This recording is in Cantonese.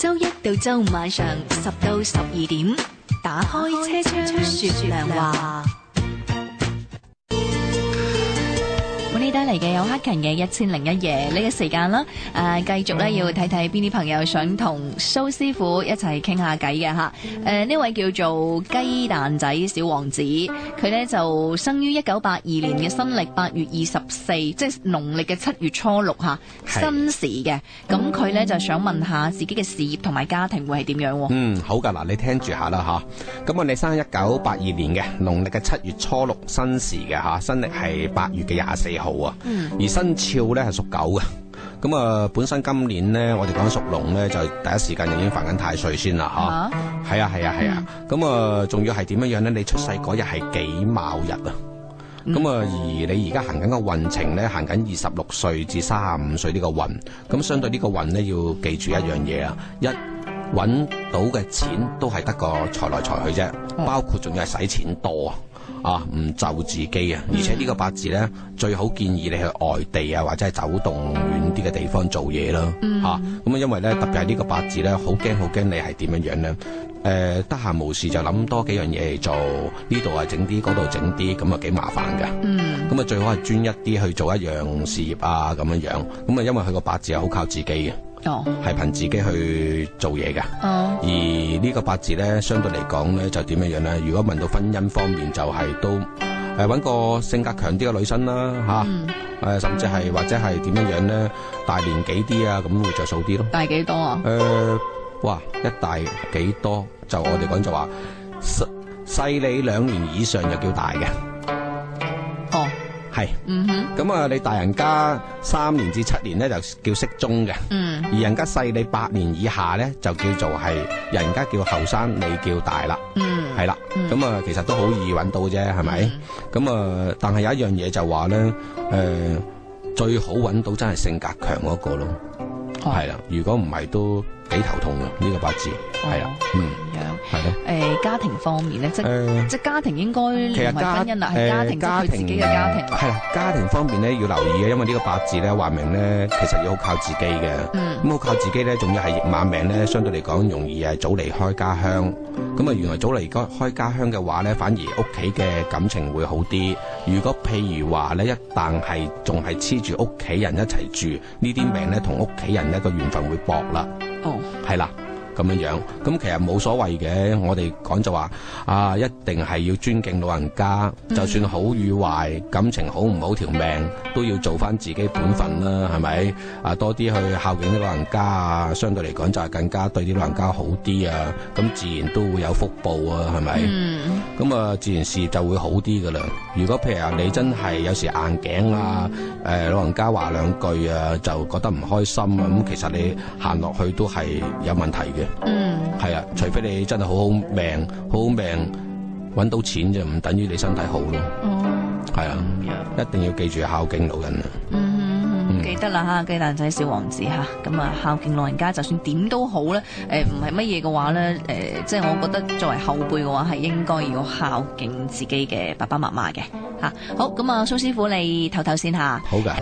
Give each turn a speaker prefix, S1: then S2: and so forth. S1: 周一到周五晚上十到十二點，打開車窗說亮話。
S2: 本呢帶嚟嘅有黑勤嘅一千零一夜呢個時間啦，誒、呃、繼續咧要睇睇邊啲朋友想同蘇師傅一齊傾下偈嘅嚇。誒、呃、呢位叫做雞蛋仔小王子，佢咧就生於一九八二年嘅新歷八月二十四，即係農曆嘅七月初六嚇，新時嘅。咁佢咧就想問下自己嘅事業同埋家庭會係點樣喎？
S3: 嗯，好噶，嗱，你聽住下啦吓。咁我哋生一九八二年嘅，農曆嘅七月初六新時嘅吓，新曆係八月嘅廿四號啊。而生肖咧係屬狗嘅。咁啊，本身今年咧，我哋講屬龍咧，就第一時間就已經犯緊太歲先啦吓。係啊，係啊，係啊。咁啊，仲要係點樣樣咧？你出世嗰日係己卯日啊。咁啊，而你而家行緊個運程咧，行緊二十六歲至三十五歲呢個運，咁相對呢個運咧，要記住一樣嘢啊，一揾到嘅錢都係得個財來財去啫，包括仲要係使錢多啊。啊，唔就自己啊！而且呢個八字咧，最好建議你去外地啊，或者係走動遠啲嘅地方做嘢啦。嚇咁啊，因為咧特別係呢個八字咧，好驚好驚你係點樣樣咧？誒、得閒無事就諗多幾樣嘢嚟做，呢度啊整啲，嗰度整啲，咁啊幾麻煩㗎。
S2: 嗯，
S3: 咁啊，最好係專一啲去做一樣事業啊，咁樣樣。咁啊，因為佢個八字係好靠自己嘅，
S2: 哦，
S3: 係憑自己去做嘢嘅。
S2: 哦，
S3: 而呢個八字咧，相對嚟講咧，就點樣樣咧？如果問到婚姻方面，就係都誒揾個性格強啲嘅女生啦，嚇、
S2: 嗯，
S3: 誒甚至係或者係點樣樣咧，大年紀啲啊，咁會着數啲咯。
S2: 大幾多啊？
S3: 誒、哇！一大幾多就我哋講就話細細你兩年以上就叫大嘅，
S2: 哦，
S3: 係。
S2: 嗯哼，
S3: 咁啊，你大人家三年至七年咧就叫適中嘅，
S2: 嗯，
S3: 而人家細你八年以下咧就叫做係人家叫後生，你叫大啦，
S2: 嗯，
S3: 係啦。
S2: 嗯
S3: 咁啊，其實都好易揾到啫，係咪？咁啊，但係有一樣嘢就話咧，誒、最好揾到真係性格強嗰個咯，
S2: 哦
S3: 係啦、如果唔係都幾頭痛嘅呢、個八字，係啦
S2: 哦，
S3: 嗯，
S2: 咁樣。
S3: 係咯，
S2: 誒、家庭方面咧，即
S3: 誒、
S2: 即家庭應該唔
S3: 其實
S2: 係
S3: 家
S2: 婚姻啦，係
S3: 誒
S2: 家庭即係佢自己嘅家庭啊啦。
S3: 係啦，家庭方面咧要留意嘅，因為呢個八字咧話明咧，其實要好靠自己嘅。
S2: 嗯
S3: 咁好啊靠自己咧，仲要係驛馬命咧，相對嚟講容易係早離開家鄉。咁啊，原來早離開開家鄉嘅話咧，反而屋企嘅感情會好啲。如果譬如話咧，一旦係仲係黐住屋企人一齊住，呢啲命咧同屋企人一個緣分會薄啦。
S2: 哦，
S3: 係啦。咁樣樣，咁其實冇所謂嘅。我哋講就話啊，一定係要尊敬老人家，
S2: 嗯
S3: 就算好與壞，感情好唔好，條命都要做翻自己本分啦，係咪？啊，多啲去孝敬啲老人家啊，相對嚟講就係更加對啲老人家好啲啊，咁自然都會有福報啊，係咪？
S2: 嗯，
S3: 咁啊，自然事業就會好啲噶啦。如果譬如話你真係有時硬頸啊，誒、老人家話兩句啊，就覺得唔開心啊，咁其實你行落去都係有問題嘅。
S2: 嗯，
S3: 係啊，除非你真係好好命，好好命揾到錢就唔等於你身體好咯。
S2: 哦，
S3: 係啊，
S2: 咁樣，
S3: 一定要記住孝敬老人啊。
S2: 嗯，記得啦嚇，雞蛋仔小王子嚇，咁啊孝敬老人家，就算點都好咧，誒唔係乜嘢嘅話咧，誒、即係我覺得作為後輩嘅話，係應該要孝敬自己嘅爸爸媽媽嘅嚇。好，咁啊蘇師傅你唞唞先嚇。
S3: 好㗎。